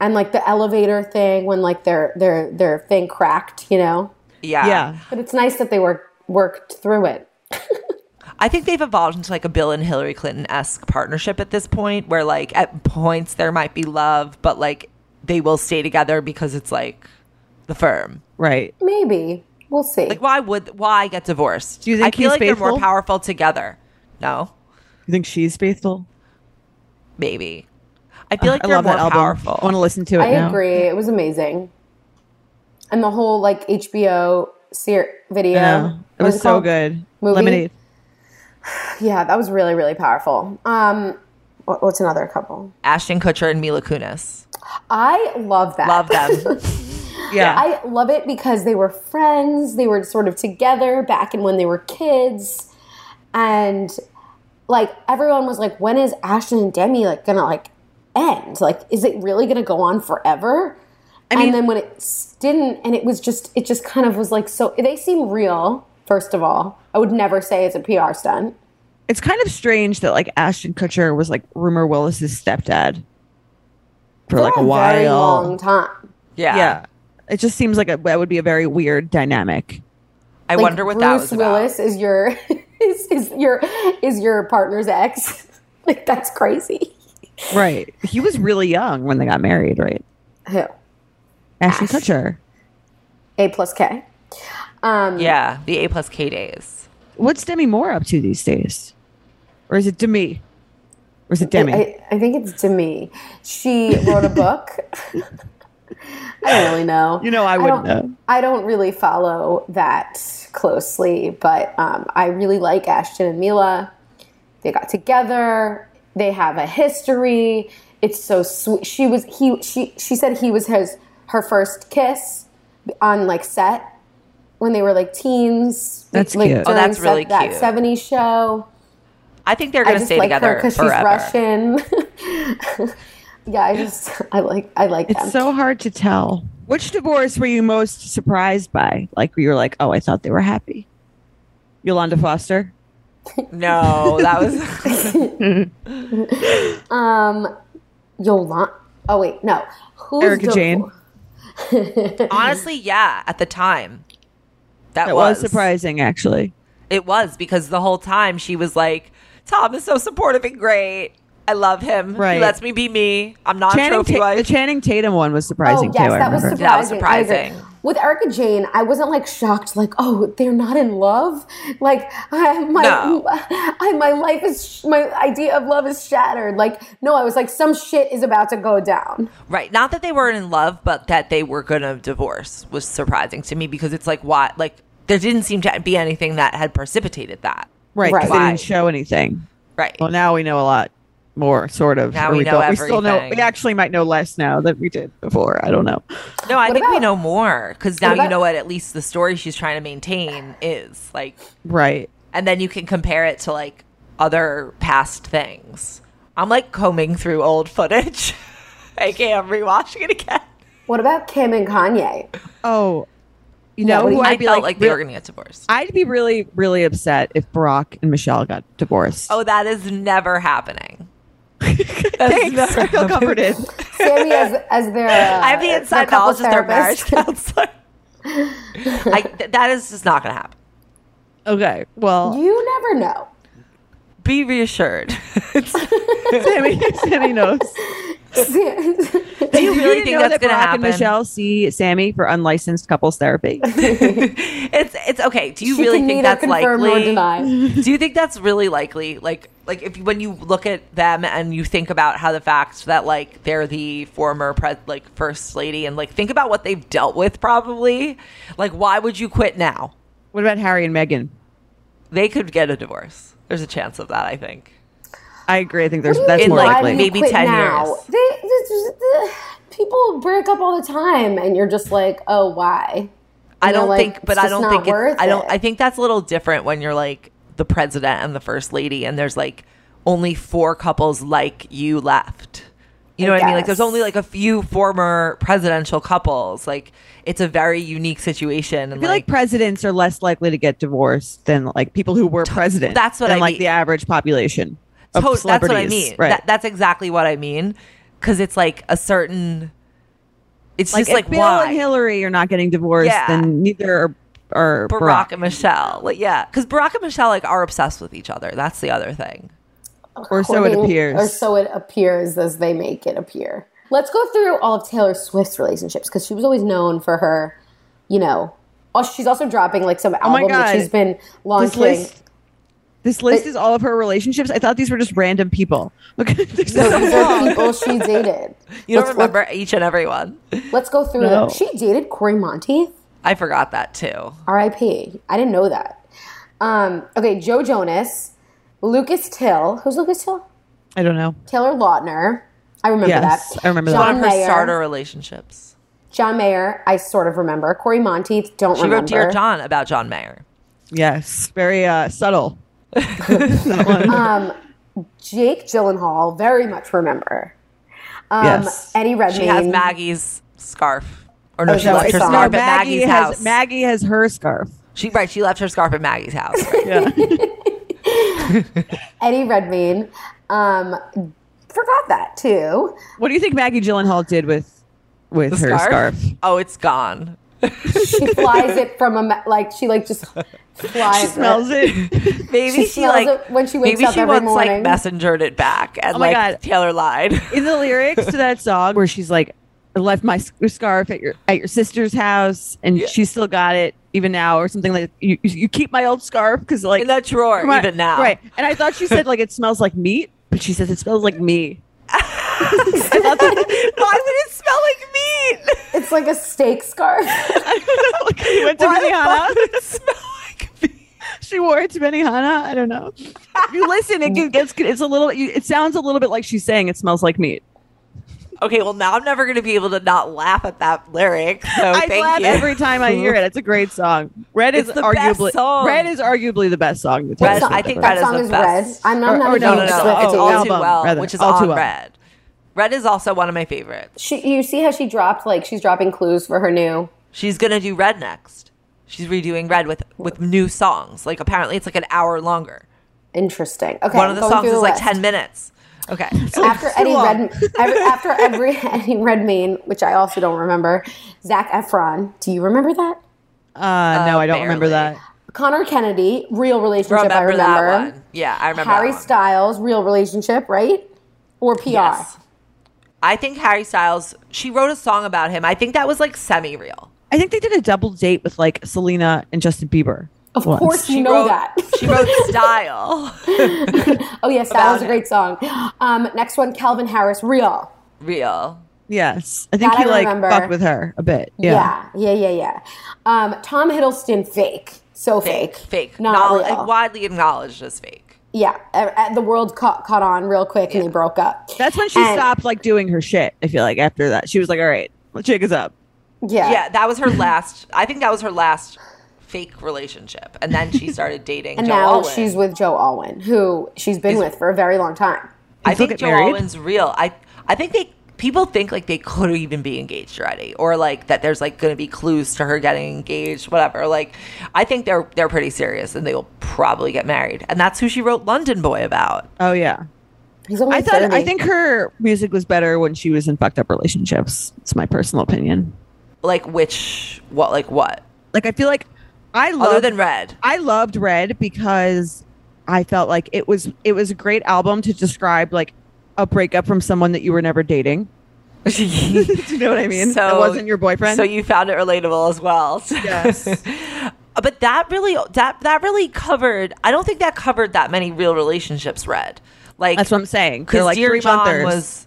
and like the elevator thing when like their their their thing cracked, you know.
yeah.
yeah.
But it's nice that they work worked through it.
I think they've evolved into like a Bill and Hillary Clinton esque partnership at this point, where like at points there might be love, but like they will stay together because it's like the firm.
Right.
Maybe we'll see.
Like, why would why get divorced?
Do you think
I feel
he's
like they're
faithful?
more powerful together? No,
You think she's faithful?
maybe. I feel like
I
they're
love
more
that album.
powerful.
I want to listen to it.
I
now.
agree. It was amazing. And the whole like HBO ser- video.
I know. It
What
was
is
so
called?
good.
Movie?
Lemonade.
Yeah, that was really really powerful. Um what- what's another couple?
Ashton Kutcher and Mila Kunis.
I love that.
Love them.
Yeah.
I love it because they were friends. They were sort of together back in when they were kids, and like everyone was like, "When is Ashton and Demi like gonna like end? Like, is it really gonna go on forever?" and then when it s- didn't, and it was just, it just kind of was like, so they seem real. First of all, I would never say it's a PR stunt.
it's kind of strange that like Ashton Kutcher was like Rumor Willis's stepdad for like a
very
while.
long time.
Yeah.
Yeah. It just seems like a, that would be a very weird dynamic.
I
Like,
wonder what
Bruce
that was about.
Willis is your is, is your is your partner's ex. like that's crazy.
Right. He was really young when they got married, right?
Who?
Ashton Kutcher.
A plus K. Um,
Yeah, the A plus K days.
What's Demi Moore up to these days? Or is it Demi? Or is it
I-
Demi?
I, I think it's to me. She wrote a book. I don't really know.
You know I wouldn't
don't-
know.
I don't really follow that closely, but um, I really like Ashton and Mila. They got together. They have a history. It's so sweet. She was he she she said he was his her first kiss on like set when they were like teens.
That's
like,
cute. Oh,
during
that's really
that
cute.
'70s show.
I think they're
I
gonna
just
stay
like her
together
because she's
forever.
Russian. yeah, I just I like I like them.
it's so hard to tell. Which divorce were you most surprised by? Like, you were like, oh, I thought they were happy. Yolanda Foster?
No, that was
um, Yolanda. Oh wait, no. Who's
Erica Jane?
honestly, yeah. At the time, that,
That was surprising, actually.
It was because the whole time she was like, "Tom is so supportive and great. I love him.
Right.
He lets me be me. I'm not a
Channing
trophy
Ta-
wife."
the Channing Tatum one was surprising
Oh yes,
too. I
that was, surprising.
remember.
That was
I agree.
surprising.
With Erica Jane, I wasn't like shocked, like oh they're not in love. Like I, my
No.
I, my life is sh- my idea of love is shattered. Like no, I was like some shit is about to go down.
Right. Not that they weren't in love, but that they were going to divorce was surprising to me because it's like, why? Like, there didn't seem to be anything that had precipitated that.
right, 'cause they
Right.
didn't show anything.
Right.
Well, now we know a lot more, sort of.
Now
or
we know
don't. We still know.
everything.
We actually might know less now than we did before. I don't know.
No, I think we
about-
know more because now
what
you
about-
know what at least the story she's trying to maintain is. Like,
Right.
and then you can compare it to like other past things. I'm like combing through old footage, aka I'm rewatching it again.
What about Kim and Kanye?
Oh, you
Yeah,
know
what do
who
you-
I'd
I
be
felt like,
like.
they
re-
were going to get divorced.
I'd be really, really upset if Barack and Michelle got divorced.
oh, that is never happening. That's
thanks.
never
I feel
happening.
comforted.
Sammy as as their uh,
I'm the
their
inside
couple
knowledge of their marriage
therapist.
counselor. I, th- that is just not going to happen.
okay. Well,
uh, You never know.
Be reassured. It's-
Sammy, Sammy knows.
do you really
didn't
think
know
that's going
that
to
Barack
happen?
And Michelle see Sammy for unlicensed couples therapy.
It's it's okay. Do you
She
really
can
think
neither
that's
confirm nor
likely?
deny.
Do you think that's really likely? Like like if you- when you look at them and you think about how the fact that like they're the former pres like first lady and like think about what they've dealt with probably. Like why would you quit now?
what about Harry and Meghan?
They could get a divorce. There's a chance of that. I think.
I agree. I think there's
What do you
that's
mean,
more
why
like,
do you
likely.
maybe
quit
10
now?
years.
They, this is- the- people break up all the time, and you're just like, oh, why?
I
You know,
don't
like,
think,
it's
but I
just
don't
not
think it's,
worth
I don't.
it.
I think that's a little different when you're like the president and the first lady, and there's like only four couples like you left. You know what I mean? Like, there's
guess.
only like a few former presidential couples. Like, it's a very unique situation. And
I feel like
like,
presidents are less likely to get divorn than like people who were president.
that's what
than,
I
like
mean.
the average population. Of
to- that's what I
celebrities,
mean.
Right.
That, that's exactly what I mean. Because it's like a certain. It's
like
just like
if Bill
why
and Hillary are not getting divorced,
Yeah.
then neither are, are
Barack,
Barack,
and Michelle. Like, yeah, because Barack and Michelle like are obsessed with each other. That's the other thing.
or so it
According-
appears.
Or so it appears as they make it appear. Let's go through all of Taylor Swift's relationships because she was always known for her, you know. Oh, she's also dropping like some
Oh my
album
God.
that she's been
this
launching.
list, this list
But-
is all of her relationships. I thought these were just random people. Look, there's
So
so
these
long.
are people she dated.
You don't
Let's-
remember each and every one.
Let's go through
No.
them. She dated Corey Monteith.
I forgot that too.
R.I.P. I didn't know that. Um, okay, Joe Jonas, Lucas Till. Who's Lucas Till?
I don't know.
Taylor Lautner. I remember
Yes,
that.
I remember that.
John
One of her
Mayer.
starter relationships.
John Mayer. I sort of remember. Corey Monteith. Don't
She
remember.
wrote Dear John about John Mayer.
Yes, very uh, subtle.
Jake Gyllenhaal. Very much remember. Um,
Yes.
Eddie Redmayne.
She has Maggie's scarf. Or no,
Oh,
she
no,
left
it's
her
not.
scarf
No,
at Maggie's
has
house.
Maggie has her scarf.
she right, she left her scarf at Maggie's house.
Yeah.
Eddie Redmayne. Um, forgot that too.
what do you think Maggie Gyllenhaal did with with
The
her scarf.
Oh, it's gone.
She flies it from a ma- like she like just flies.
She smells it.
Maybe she,
smells
like
it when she wakes
maybe
up
she
every
once like
morning.
messengered it back and
Oh my
like
God.
Taylor lied.
in the lyrics to that song where she's like I left my sc- scarf at your at your sister's house and she still got it even now or something like you you you keep my old scarf because like
in that drawer
Right,
even now.
right and i thought she said like it smells like meat but she says it smells like me
Why would it smell like meat?
It's like a steak scarf.
Like, she went to
Why the
Benihana.
fuck would it smell like meat?
she wore it to Benihana. I don't know. You listen, it gets it's a little. You, it sounds a little bit like she's saying it smells like meat.
Okay, well now I'm never gonna be able to not laugh at that lyric. So
I
Oh, thank
laugh
you.
every time I hear it. It's a great song. Red
It's
is
the best
arguably
song.
red is arguably the best song. that Taylor
Red,
Swift
I think Red
ever wrote.
That
is
song
the
is red.
best.
I'm, I'm
Or-
not
or
a
no, no,
huge
no,
Oh,
it's
Swiftie.
oh,
all too
album,
well,
rather.
which is
All
on
Too Well.
red. Red is also one of my favorites.
She, you see how she dropped like she's dropping clues for her new.
She's gonna do red next. She's redoing red with with new songs. Like apparently it's like an hour longer.
Interesting. Okay,
one of the
going
songs
through
is
the
like
list.
ten minutes. Okay.
after Eddie
long.
Redmayne, every, after every Eddie Redmayne, which I also don't remember, Zach Efron. Do you remember that?
Uh, no, I don't remember
barely.
that.
Connor Kennedy, real relationship. I
remember that
remember.
one. Yeah, I remember.
Harry
that one.
Styles, real relationship, right? Or PR.
Yes. I think Harry Styles. She wrote a song about him. I think that was like semi-real.
I think they did a double date with like Selena and Justin Bieber.
Of
once.
course, you know
wrote,
that.
she wrote "Style,"
oh yes, that
about
was a great song. Um, next one, Calvin Harris, real.
real.
Yes, I think
That
he
I
like
remember.
fucked with her a bit. Yeah.
Yeah, yeah, yeah, yeah. Um, Tom Hiddleston, fake. So fake.
fake,
Not
Knowl-
real.
like, widely acknowledged as fake.
yeah, uh, uh, the world caught, caught on real quick and they broke up.
That's when she
And-
stopped like doing her shit. I feel like after that, she was like, "All right, well, chick is up."
Yeah.
Yeah, that was her last. I think that was her last fake relationship, and then she started dating.
And
Joe
now
Alwyn.
she's with Joe Alwyn, who she's been with for a very long time.
I
still
think Joe
get married?
Alwyn's real. I I think they people think like they could even be engaged already, or like that there's like going to be clues to her getting engaged, whatever. Like I think they're they're pretty serious, and they will probably get married. And that's who she wrote "London Boy" about.
Oh yeah.
He's only
I thought
30.
I think her music was better when she was in fucked up relationships. It's my personal opinion.
Like which what like what
Like I feel like I love
other than Red.
I loved Red because I felt like it was it was a great album to describe like a breakup from someone that you were never dating. Do you know what I mean? that wasn't your boyfriend.
So you found it relatable as well.
Yes.
Uh, but that really that that really covered. I don't think that covered that many real relationships. Red. Like
That's what I'm saying. They're
Because
like
Dear
three
John
monthers.
was,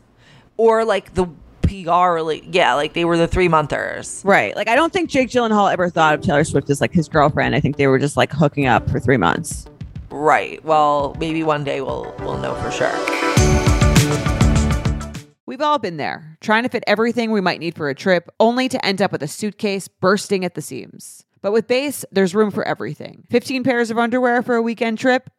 or like the PR, really, yeah, like they were the three monthers.
Right. Like I don't think Jake Gyllenhaal ever thought of Taylor Swift as like his girlfriend. I think they were just like hooking up for three months.
Right. Well, maybe one day we'll we'll know for sure.
We've all been there, trying to fit everything we might need for a trip, only to end up with a suitcase bursting at the seams. But with Base, there's room for everything. 15 pairs of underwear for a weekend trip?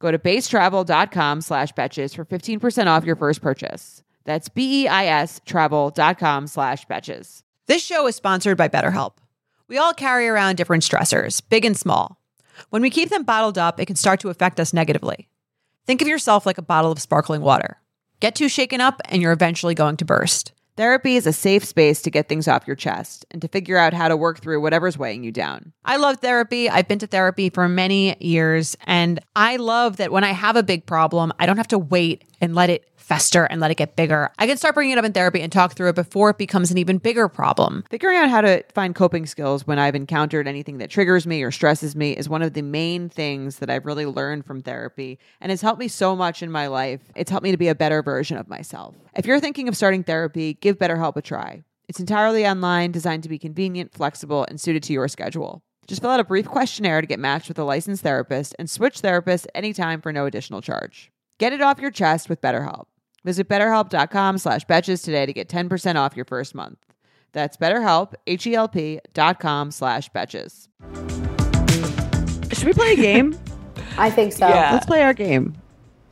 Go to basetravel.com slash betches for 15% off your first purchase. That's B-E-I-S travel.com slash betches.
This show is sponsored by BetterHelp. We all carry around different stressors, big and small. When we keep them bottled up, it can start to affect us negatively. Think of yourself like a bottle of sparkling water. Get too shaken up, and you're eventually going to burst.
Therapy is a safe space to get things off your chest and to figure out how to work through whatever's weighing you down.
I love therapy. I've been to therapy for many years. And I love that when I have a big problem, I don't have to wait and let it fester and let it get bigger. I can start bringing it up in therapy and talk through it before it becomes an even bigger problem.
Figuring out how to find coping skills when I've encountered anything that triggers me or stresses me is one of the main things that I've really learned from therapy and has helped me so much in my life. It's helped me to be a better version of myself. If you're thinking of starting therapy, give BetterHelp a try. It's entirely online, designed to be convenient, flexible, and suited to your schedule. Just fill out a brief questionnaire to get matched with a licensed therapist and switch therapists anytime for no additional charge. Get it off your chest with BetterHelp. Visit betterhelp.com slash betches today to get 10% off your first month. That's betterhelp, H-E-L-P dot com slash betches.
Should we play a game?
I think so.
Yeah.
Let's play our game.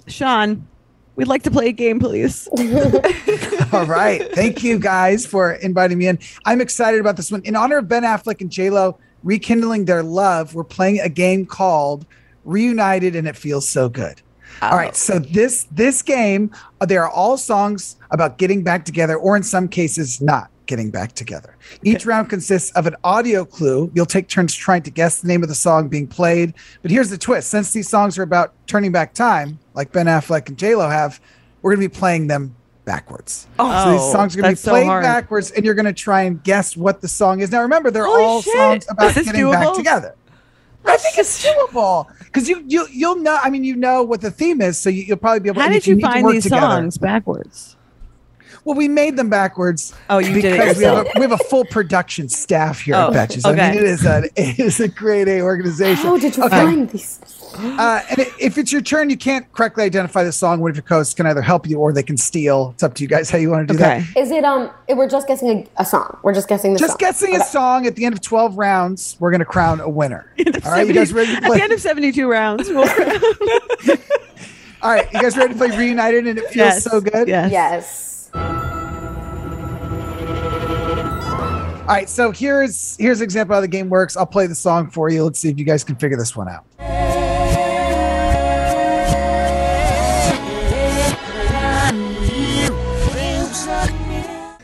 Sean, we'd like to play a game, please.
Oh, All right. Thank you guys for inviting me in. I'm excited about this one. In honor of Ben Affleck and J-Lo rekindling their love, we're playing a game called Reunited and It Feels So Good. All right.
Oh.
So this this game, uh, they are all songs about getting back together or in some cases not getting back together. Each round consists of an audio clue. You'll take turns trying to guess the name of the song being played. But here's the twist. Since these songs are about turning back time, like Ben Affleck and J-Lo have, we're going to be playing them backwards. so these songs are going
Oh, that's
to be
so
played
hard.
backwards, and you're going to try and guess what the song is. Now, remember, they're
Holy
all
shit.
songs about
Is this
getting
doable?
back together. I think it's doable because you you you'll know. I mean, you know what the theme is, so you, you'll probably be able.
How
and
did
if you
you
need to
find
work
these
together-
songs backwards?
Well, we made them backwards.
Oh, you did it
because we have,
yourself.
a, we have a full production staff here
Oh,
at Betches. I
okay.
mean, it is a it is a grade A organization.
How did you
Okay.
find these?
Uh, and i- if it's your turn, you can't correctly identify the song. One of your co-hosts can either help you or they can steal. It's up to you guys how you want to do that.
Okay.
Is it um? It, we're just guessing a, a song. We're just guessing the
Just
song.
guessing a song at the end of 12 rounds, we're going to crown a winner. All right, you guys ready to
At the
play?
end of 72 rounds. We'll
All right, you guys ready to play Reunited and it feels
Yes.
so good?
Yes.
Yes.
All right, so here's here's an example of how the game works. I'll play the song for you. Let's see if you guys can figure this one out.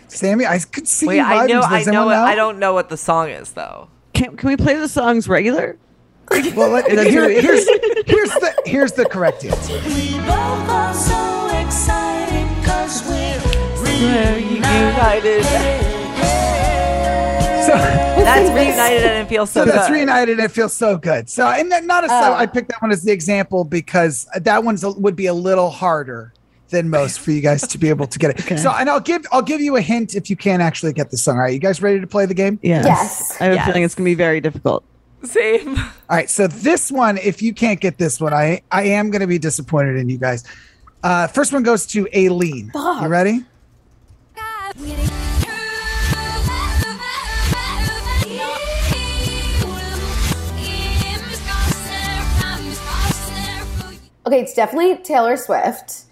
Sammy, I could see
Wait,
you
I
vibing
know,
to
I
this.
know,
Anyone
what-
know?
I don't know what the song is though.
Can, can we play the songs regular?
Well, let,
That's
here-
what we-
here's here's the here's the correct answer. So.
That's reunited and it feels so,
So that's
good.
reunited. It feels so good. So, and that, not a so. I picked that one as the example because that one's a- would be a little harder than most for you guys to be able to get it. So, and I'll give I'll give you a hint if you can actually get this song. All right, you guys ready to play the game?
Yes.
Yes.
I have
Yes.
a feeling it's going to be very difficult.
Same.
All right. So this one, if you can't get this one, I I am going to be disappointed in you guys. Uh, first one goes to Aileen. You ready?
Okay, it's definitely Taylor Swift.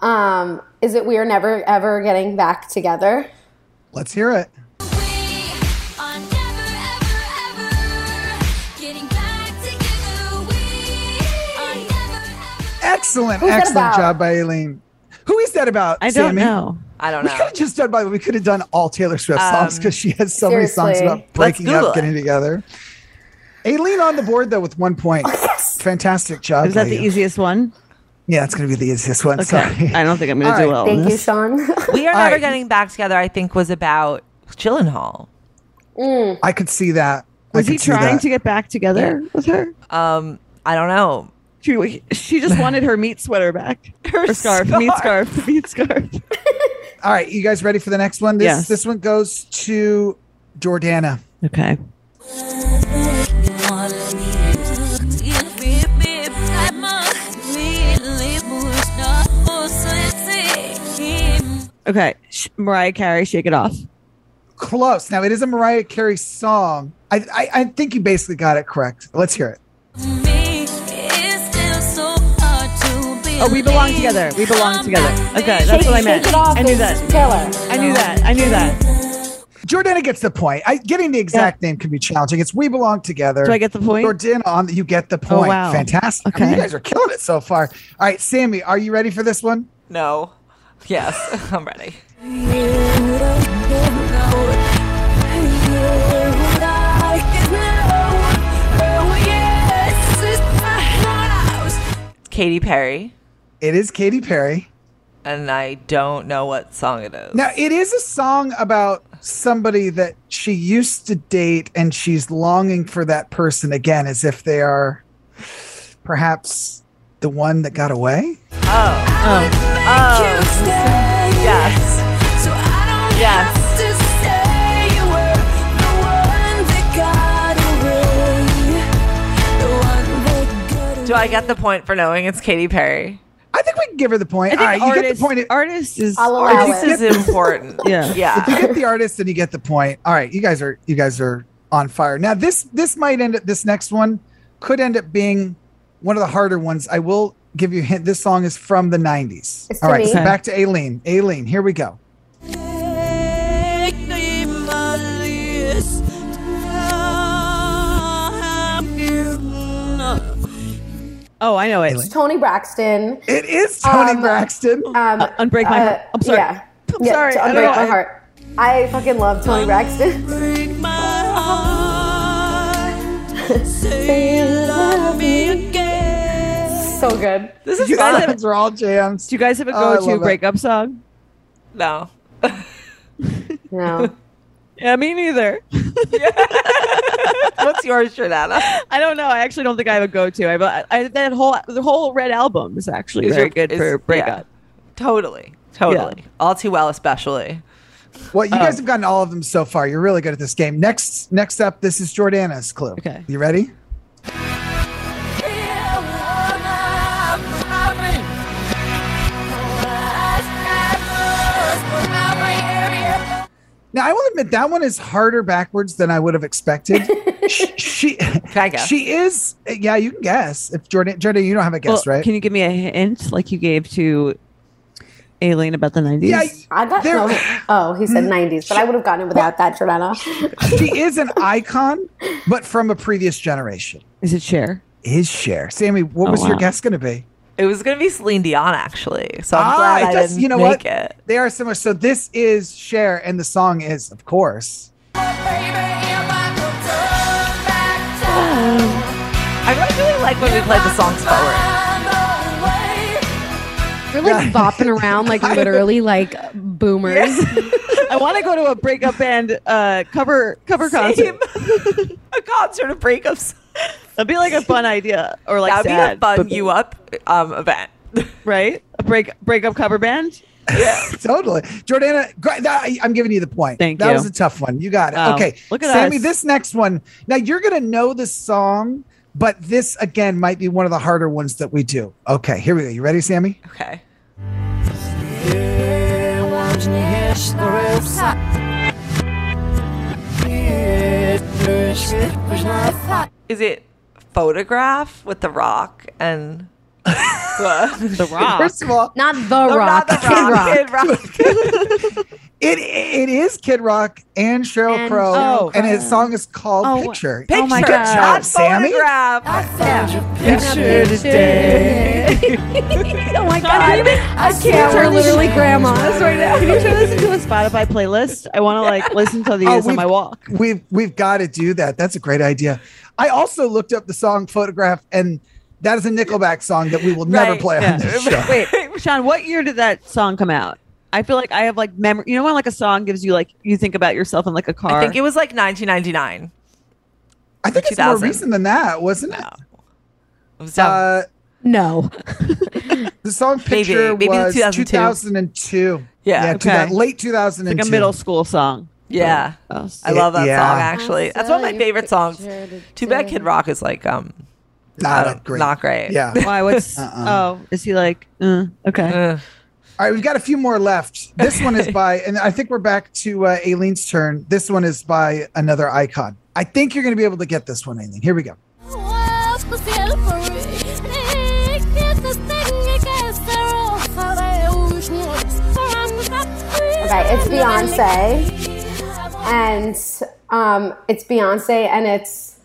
Um, is it we are never ever getting back together?
Let's hear it. Excellent,
Who's that
excellent
about?
job by Aileen. Who is that about?
I don't
Sammy?
know.
I don't
We could
know.
have just done by the way, we could have done all Taylor Swift
Um,
songs because she has so many songs
seriously.
about breaking
Google
up,
it.
getting together. Aileen on the board though with one point. Fantastic job.
Oh, Is that
by
the
you.
easiest one?
Yeah, it's gonna be the easiest one. Sorry.
I don't think I'm going
All
to do
right.
well. on
Thank you,
this.
Sean.
We are
All
never
right.
getting back together. I think was about Gyllenhaal.
I could see that. I
Was he
could see
trying
that.
to get back together with her?
Um, I don't know.
She, she just wanted her meat sweater back. Her scarf, meat scarf, meat scarf.
All right, you guys ready for the next one? This
Yes.
this one goes to Jordana.
Okay. Okay. Sh- Mariah Carey, shake it off.
Close. Now it is a Mariah Carey song. I, I I think you basically got it correct. Let's hear it.
Oh, we belong together. We belong together. Okay, that's what I meant.
Shake it off.
I knew
it's
that.
Taylor.
I knew that. I knew that.
Jordana gets the point. I, getting the exact name can be challenging. It's we belong together.
Do I get the point? Oh,
Jordan on you get the point.
wow.
Fantastic. I mean,
Okay.
you guys are killing it so far. All right, Sammy, are you ready for this one?
No. Yes, I'm ready. Katy Perry,
It is Katy Perry.
and I don't know what song it is.
Now, it is a song about somebody that she used to date and she's longing for that person again, as if they are perhaps the one that got away.
Yes. Yes. Do I get the point for knowing it's Katy Perry?
I think we can give her the point.
I think
All right, you get
artist,
the point.
artist is
I'll allow
Or you
it.
This is important.
Yeah.
If you
Yeah.
get the artist, then you get the point. All right, you guys are you guys are on fire. Now this this might end up this next one could end up being one of the harder ones. I will give you a hint. This song is from the 90s.
It's
All
to
right,
me.
so back to Aileen. Aileen, here we go.
Oh, I know it.
Really?
Tony Braxton.
It is Tony
Um,
Braxton.
Um,
Uh, unbreak my heart. I'm sorry.
Yeah.
I'm
Yeah,
sorry.
to
I don't
Unbreak
know.
my heart. I fucking love Tony Braxton. so good.
This is
you
fun.
guys have, are all jams.
Do you guys have a
Oh, I
go-to
love it.
breakup song?
No.
No.
Yeah, me neither.
What's yours, Jordana?
I don't know. I actually don't think I have a go-to. I, have a- I that whole the whole Red album is actually
Is
very
your-
good
is-
for breakup.
Totally. Totally. All too well, especially.
Well, you guys have gotten all of them so far. You're really good at this game. Next next up, this is Jordana's clue.
Okay.
You ready? Now I will admit that one is harder backwards than I would have expected. she, she,
I guess?
she is. Yeah, you can guess. If Jordan, Jordan, you don't have a
Well,
guess, right?
Can you give me a hint, like you gave to Aileen about the nineties?
yeah,
I got
There-
no. Oh, he said 90s, but I would have gotten it without that, Jordana.
she is an icon, but from a previous generation.
Is it Cher?
Is Cher? Sammy, what
Oh,
was your
wow.
guess going to be?
It was going to be Celine Dion, actually. So I'm
Ah,
glad
it
I
does-
didn't
you know
make
what?
it.
They are similar. So this is Cher, and the song is, of course.
I really, really like when we play the songs forward.
We're like bopping around like literally like boomers.
I want to go to a breakup band uh, cover cover concert.
Same. a concert of breakups.
That'd be like a fun idea, or like
that would
sad,
be a fun
but-
you up um, event.
right? A break breakup cover band.
Totally, Jordana. gr- that- I- I'm giving you the point.
Thank
that
you.
was a tough one. You got it.
Wow.
Okay,
Look at
Sammy.
us.
This next one. Now you're gonna know the song, but this again might be one of the harder ones that we do. Okay, here we go. You ready, Sammy?
okay. Is it photograph with the rock and the,
The Rock.
First of all,
Not the
no,
rock,
not the
Kid Rock.
Kid Rock.
it it is Kid Rock and Cheryl
And
Crow,
Sheryl
and his song is called Picture.
Oh my
Picture,
God.
not
Sammy.
photograph.
Oh my god, I can't. We're literally grandmas right now.
Can you turn this into a Spotify playlist? I want to like listen to
Oh,
these on
Oh, we've-
my walk.
We've we've got to do that. That's a great idea. I also looked up the song "Photograph," and that is a Nickelback song that we will never
Right,
play on this show.
Wait, Sean, what year did that song come out? I feel like I have like memory. You know when like a song gives you like you think about yourself in like a car.
I think it was like 1999.
I think it's more
2000.
recent than that, wasn't it?
So
Uh,
No.
the song
Maybe-
"Picture"
maybe
was
2002.
2002.
Yeah,
yeah
okay.
2000 late 2002.
like a middle school song.
yeah,
Oh,
I love that
Yeah.
song. Actually, that's one of my favorite songs. Too bad Kid Rock is like um
Not
uh,
Oh,
a great.
not great.
Yeah.
Why? What's?
Uh-uh.
Oh, is he like? Uh, okay.
Ugh.
All right, we've got a few more left. This one is by, and I think we're back to uh, Aileen's turn. This one is by another icon. I think you're going to be able to get this one, Aileen. Here we go.
Okay, it's Beyonce. And um, it's Beyonce and it's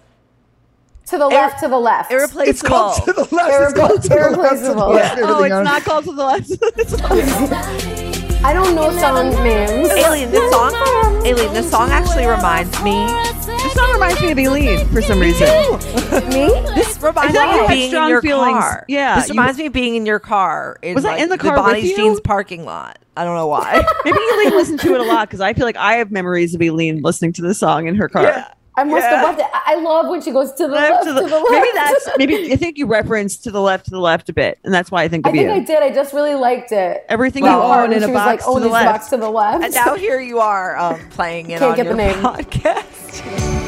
to the left, to the left.
Irreplaceable.
It's called to the left. It's
Irrepla-
called to the left. to the
irreplaceable.
left,
Oh,
everything
it's
else.
not called to the left.
I don't know song names.
Alien, this song, Alien, this song actually reminds me.
This song reminds me of Eileen for some reason.
Me?
This reminds me
like you
of
had
being in
strong
your
feelings.
car.
Yeah,
this
you-
reminds me of being in your car.
Was I
like,
in the car with
Bonnie's
you?
Jeans parking lot. I don't know why.
Maybe Eileen listened to it a lot because I feel like I have memories of Eileen listening to this song in her car.
I must have loved it. I I love when she goes to the
Left
left,
to the-
left.
maybe that's maybe I think you referenced to the left to the left a bit, and that's why I think
I
of
think
you.
I did. I just really liked it.
Everything
That
you
part
own
when
in a
she was
box
like, oh,
to the
this
left.
box to the left. Oh
and now here you are um, playing it
Can't
on
get the
your
name.
podcast.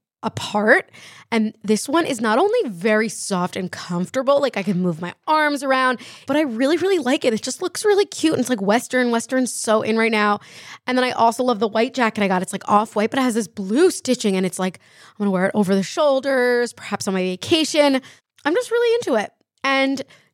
apart. And this one is not only very soft and comfortable, like I can move my arms around, but I really, really like it. It just looks really cute. And it's like Western. Western's so in right now. And then I also love the white jacket I got. It's like off white, but it has this blue stitching. And it's like, I'm going to wear it over the shoulders, perhaps on my vacation. I'm just really into it. And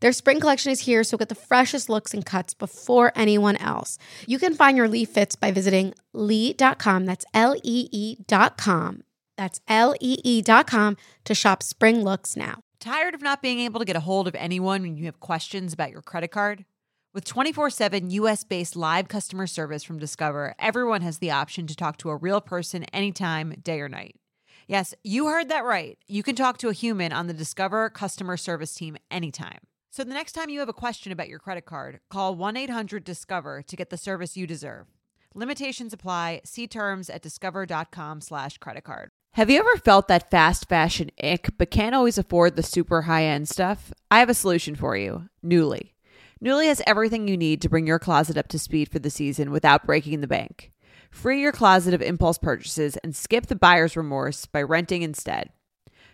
Their spring collection is here, so get the freshest looks and cuts before anyone else. You can find your Lee fits by visiting lee.com. That's L E E dot com. That's L E E dot com to shop spring looks now.
Tired of not being able to get a hold of anyone when you have questions about your credit card? With 24 7 US based live customer service from Discover, everyone has the option to talk to a real person anytime, day or night. Yes, you heard that right. You can talk to a human on the Discover customer service team anytime. So the next time you have a question about your credit card, call 1 800 Discover to get the service you deserve. Limitations apply. See terms at discover.com slash credit card.
Have you ever felt that fast fashion ick but can't always afford the super high end stuff? I have a solution for you Newly. Newly has everything you need to bring your closet up to speed for the season without breaking the bank. Free your closet of impulse purchases and skip the buyer's remorse by renting instead.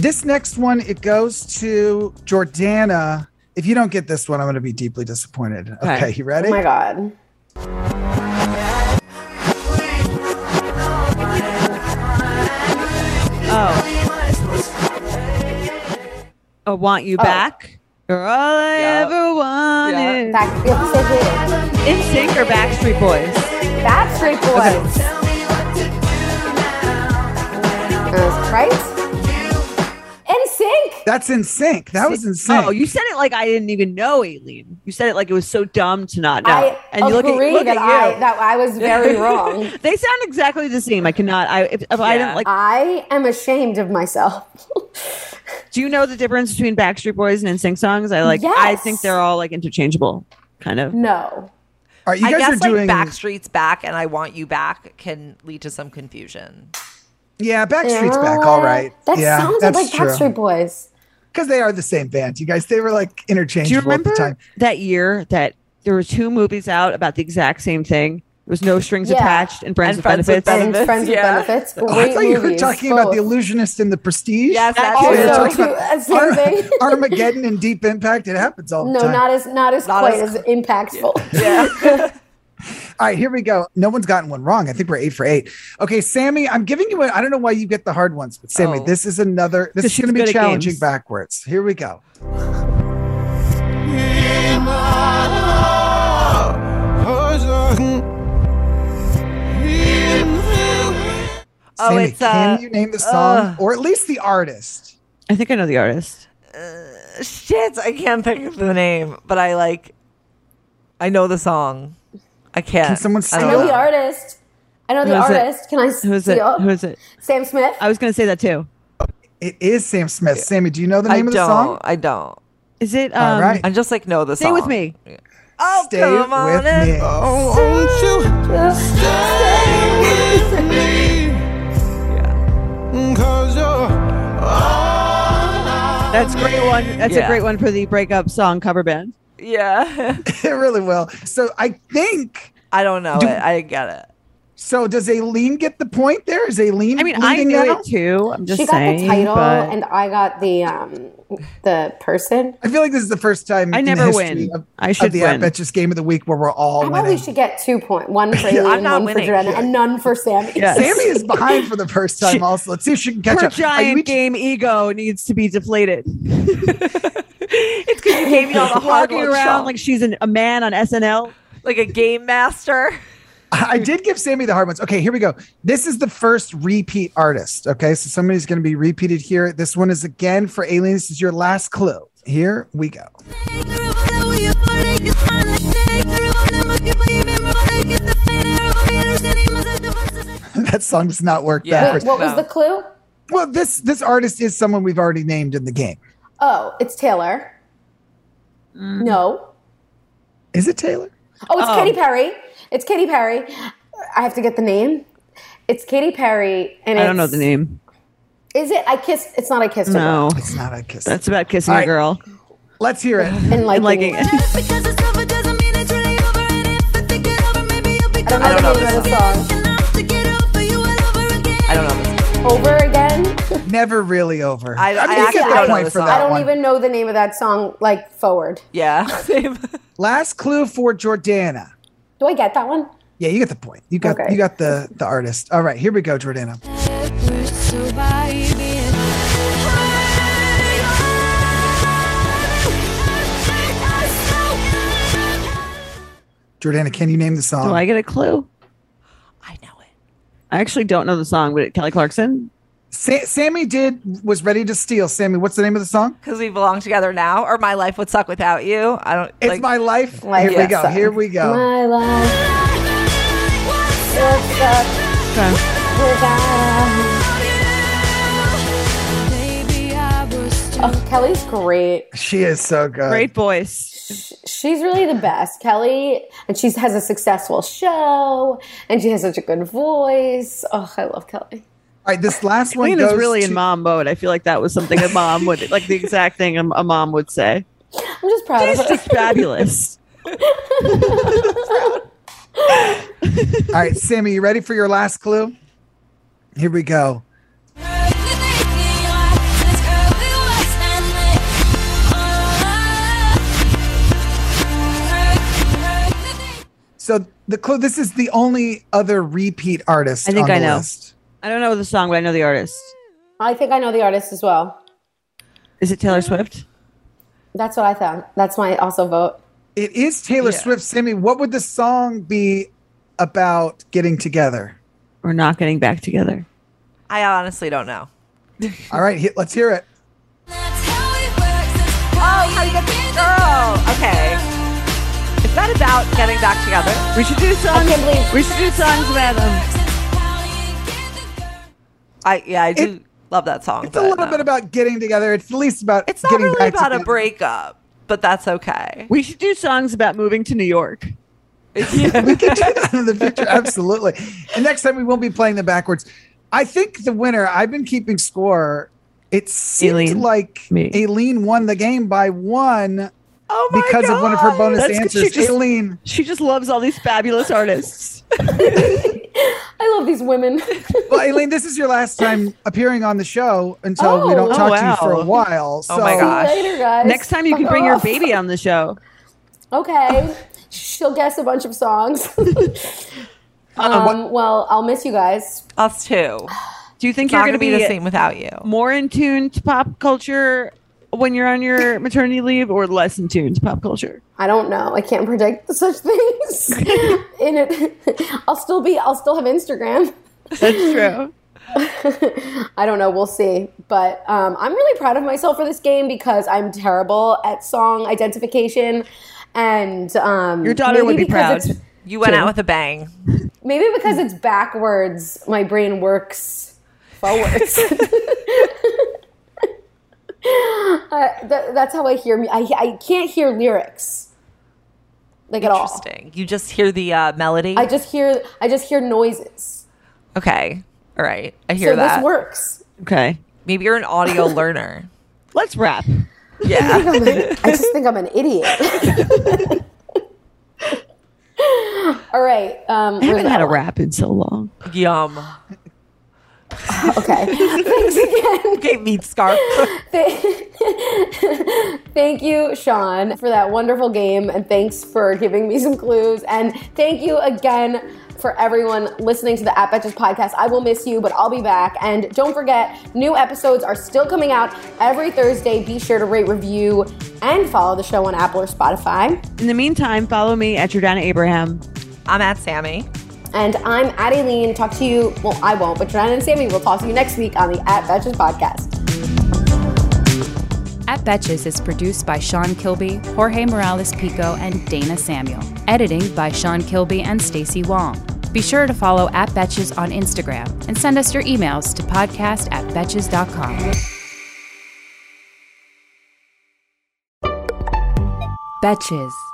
This next one, it goes to Jordana. If you don't get this one, I'm going to be deeply disappointed. Okay, you ready?
Oh my God.
I want
Oh.
you back. You're all I ever wanted.
Back, you have to say who.
In sync or Backstreet Boys?
Backstreet Boys. Uh, right? In sync.
That's in sync. That was in
Hmm.
sync.
Oh, you said it like I didn't even know Aileen. You said it like it was so dumb to not know.
I
you
agree
look
that
at
I
you.
that I was very wrong.
they sound exactly the same. I cannot. I if, if I don't like.
I am ashamed of myself.
Do you know the difference between Backstreet Boys and NSYNC songs? I like. I think
Yes.
they're all like interchangeable, kind of.
no.
All right, you
I
guys
guess
are doing.
like Backstreet's back and I want you back can lead to some confusion.
yeah, Backstreet's back. All right.
That
yeah,
sounded
that's
like Backstreet Boys.
because they are the same band. You guys, they were like
Do you
interchangeable at
remember
the time.
that year that there were two movies out about the exact same thing? There was no strings
Yeah.
attached and friends
And
with
Friends with
benefits.
and
Benefits,
Friends
yeah.
with Benefits. Great
Oh, I thought you
movies,
were talking about
both.
The Illusionist and The Prestige.
Yes, that's
Oh,
also
you're
true.
talking
too,
about
uh, same
Ar-
thing.
Armageddon and Deep Impact. It happens all the
No,
time.
not as not as
Not
quite
as
as, impactful.
all right, here we go. No one's gotten one wrong. I think we're eight for eight. Okay, Sammy, I'm giving you. A, I don't know why you get the hard ones, but Sammy,
Oh.
this is another. This
'Cause
is
she's
going to
good
be
at
challenging
games.
backwards. Here we go.
Oh,
Sammy,
it's,
can
uh,
you name the song or at least the artist?
I think I know the artist.
Shit, I can't think of the name, but I like. I know the song. I can't.
Can someone
I
I
don't
know the artist. I know
Who
the
is it?
artist. Can I
Who is it?
steal?
Who is it?
Sam Smith.
I was going to say that too.
It is Sam Smith. Sammy, do you know the
I
name of
don't.
the song?
I don't.
Is it? Um,
All right.
I just like know the
Stay
song.
with me.
Oh,
Stay
come on
with
in. Oh.
me.
That's a great one. That's
Yeah.
a great one for the breakup song cover band.
Yeah.
It really will. So I think.
I don't know it. I get it.
So does Aileen get the point there? Is Aileen?
I mean, I
leading
knew
now?
it too. I'm just
she got
saying.
the title,
but-
and I got the um the person.
I feel like this is the first time
I
in the
never
history
win.
Of,
I
of
should
the
win.
I bet game of the week where we're all
I
winning.
probably should get two point one for
Yeah,
Aileen,
I'm not
one for
winning.
Joanna, and none for Sammy.
Yes.
Sammy is behind for the first time. also, let's see if she can catch
Her
up. Are you-
giant game ego needs to be deflated.
It's because you gave me all the hard
Walking
ones,
around
Sean.
like she's an, a man on SNL.
like a game master.
I did give Sammy the hard ones. Okay, here we go. This is the first repeat artist. Okay, so somebody's going to be repeated here. This one is again for Aileen. This is your last clue. Here we go. That song does not work
Yeah.
Wait,
backwards.
what was
No.
the clue?
Well, this this artist is someone we've already named in the game.
Oh, it's Taylor.
Mm.
No.
Is it Taylor?
Oh, it's Katy Perry. It's Katy Perry. I have to get the name. It's Katy Perry, and
I don't know
it's-
the name.
Is it? I kissed. It's not. I kissed. a
No,
Girl.
It's not a kiss.
that's about kissing
All
a
right.
girl.
Let's hear it.
And like,
I'm liking it.
I don't know,
I don't
the
know
name of
this
the song.
I don't know. This.
Over again.
Never really over.
I- I
gonna
actually
get the
don't know
point
the
for
song.
that
I don't
one.
even know the name of that song. Like forward.
Yeah. Same.
Last clue for Jordana.
Do I get that one?
Yeah, you get the point. You got
Okay.
you got the the artist. All right, here we go, Jordana. Jordana, can you name the song?
Do I get a clue?
I know it.
I actually don't know the song, but it, Kelly Clarkson.
Sa- Sammy did was ready to steal. Sammy, what's the name of the song?
Because we belong together now, or my life would suck without you. I don't.
It's
like,
my life.
Like
Here we
that
go.
song.
Here we go.
My life. What's up without- Oh, Kelly's great.
she is so good.
Great voice.
Sh- She's really the best, Kelly, and she has a successful show, and she has such a good voice. Oh, I love Kelly.
All right, this last one
Lane
goes
is really in
to-
mom mode. I feel like that was something a mom would like the exact thing a, a mom would say.
I'm just proud of
It's
her.
just fabulous.
All right, Sammy, you ready for your last clue? Here we go. So the clue. This is the only other repeat artist.
I think
on
I
the
know.
List.
I don't know the song, but I know the artist.
I think I know the artist as well.
Is it Taylor Swift?
That's what I thought. That's my also vote.
It is Taylor Swift. Sammy, what would the song be about getting together?
We're not getting back together.
I honestly don't know.
All right, he- let's hear it.
Oh, Girl. Okay. Is that about getting back together?
We should do songs.
can't believe-
we should do songs about um, them.
I yeah, I do
It-
love that song.
It's a little bit about getting together. It's at least about
um, It's not
getting
really
back
about a
together.
breakup, but that's okay.
We should do songs about moving to New York.
we can do that in the future. Absolutely. And next time we won't be playing them backwards. I think the winner, I've been keeping score. It seemed
Aileen.
like
Me.
Aileen won the game by one.
Oh my
because of one of her
God.
bonus
That's 'cause
answers.
She just,
Aileen,
she just loves all these fabulous artists.
I love these women.
well, Aileen, this is your last time appearing on the show until we
Oh.
don't
Oh,
talk to you for
wow.
a while. So
Oh my God. Gosh.
See you later, guys.
Next time you can
Fuck
bring your
off.
baby on the show.
Okay. She'll guess a bunch of songs.
Uh-uh,
um, well, I'll miss you guys.
Us too. It's
Do you think
not
you're
gonna
going
be,
to be,
the same without you.
more in tune to pop culture when you're on your maternity leave or less in tune to pop culture?
I don't know. I can't predict such things. In it, I'll still be. I'll still have Instagram.
That's true.
I don't know. We'll see. But um, I'm really proud of myself for this game because I'm terrible at song identification. And um,
Your daughter would
maybe
be
because
proud.
it's-
You went out with a bang.
Maybe because it's backwards, my brain works forwards. uh, th- that's how I hear. mu- I I can't hear lyrics, like at all.
Interesting. You just hear the uh, melody.
I just hear. I just hear noises.
okay. All right. I hear
So
that.
this works.
Okay.
Maybe you're an audio learner.
Let's wrap.
Yeah.
I just think I'm an idiot. all right. Um,
I
where's
haven't
that
had a
one?
wrap in so long.
Yum.
Okay. Thanks again.
Okay, meat scarf.
Th- thank you, Sean, for that wonderful game, and thanks for giving me some clues. And thank you again for everyone listening to the App Betches podcast. I will miss you, but I'll be back. And don't forget, new episodes are still coming out every Thursday. Be sure to rate, review, and follow the show on Apple or Spotify.
In the meantime, follow me at Jordana Abraham.
I'm at Sammy.
And I'm at Aileen. Talk to you. Well, I won't, but Joanna and Sammy will talk to you next week on the At Betches podcast.
At Betches is produced by Sean Kilby, Jorge Morales Pico, and Dana Samuel. Editing by Sean Kilby and Stacey Wong. Be sure to follow at Betches on Instagram and send us your emails to podcast at Betches.com. Betches.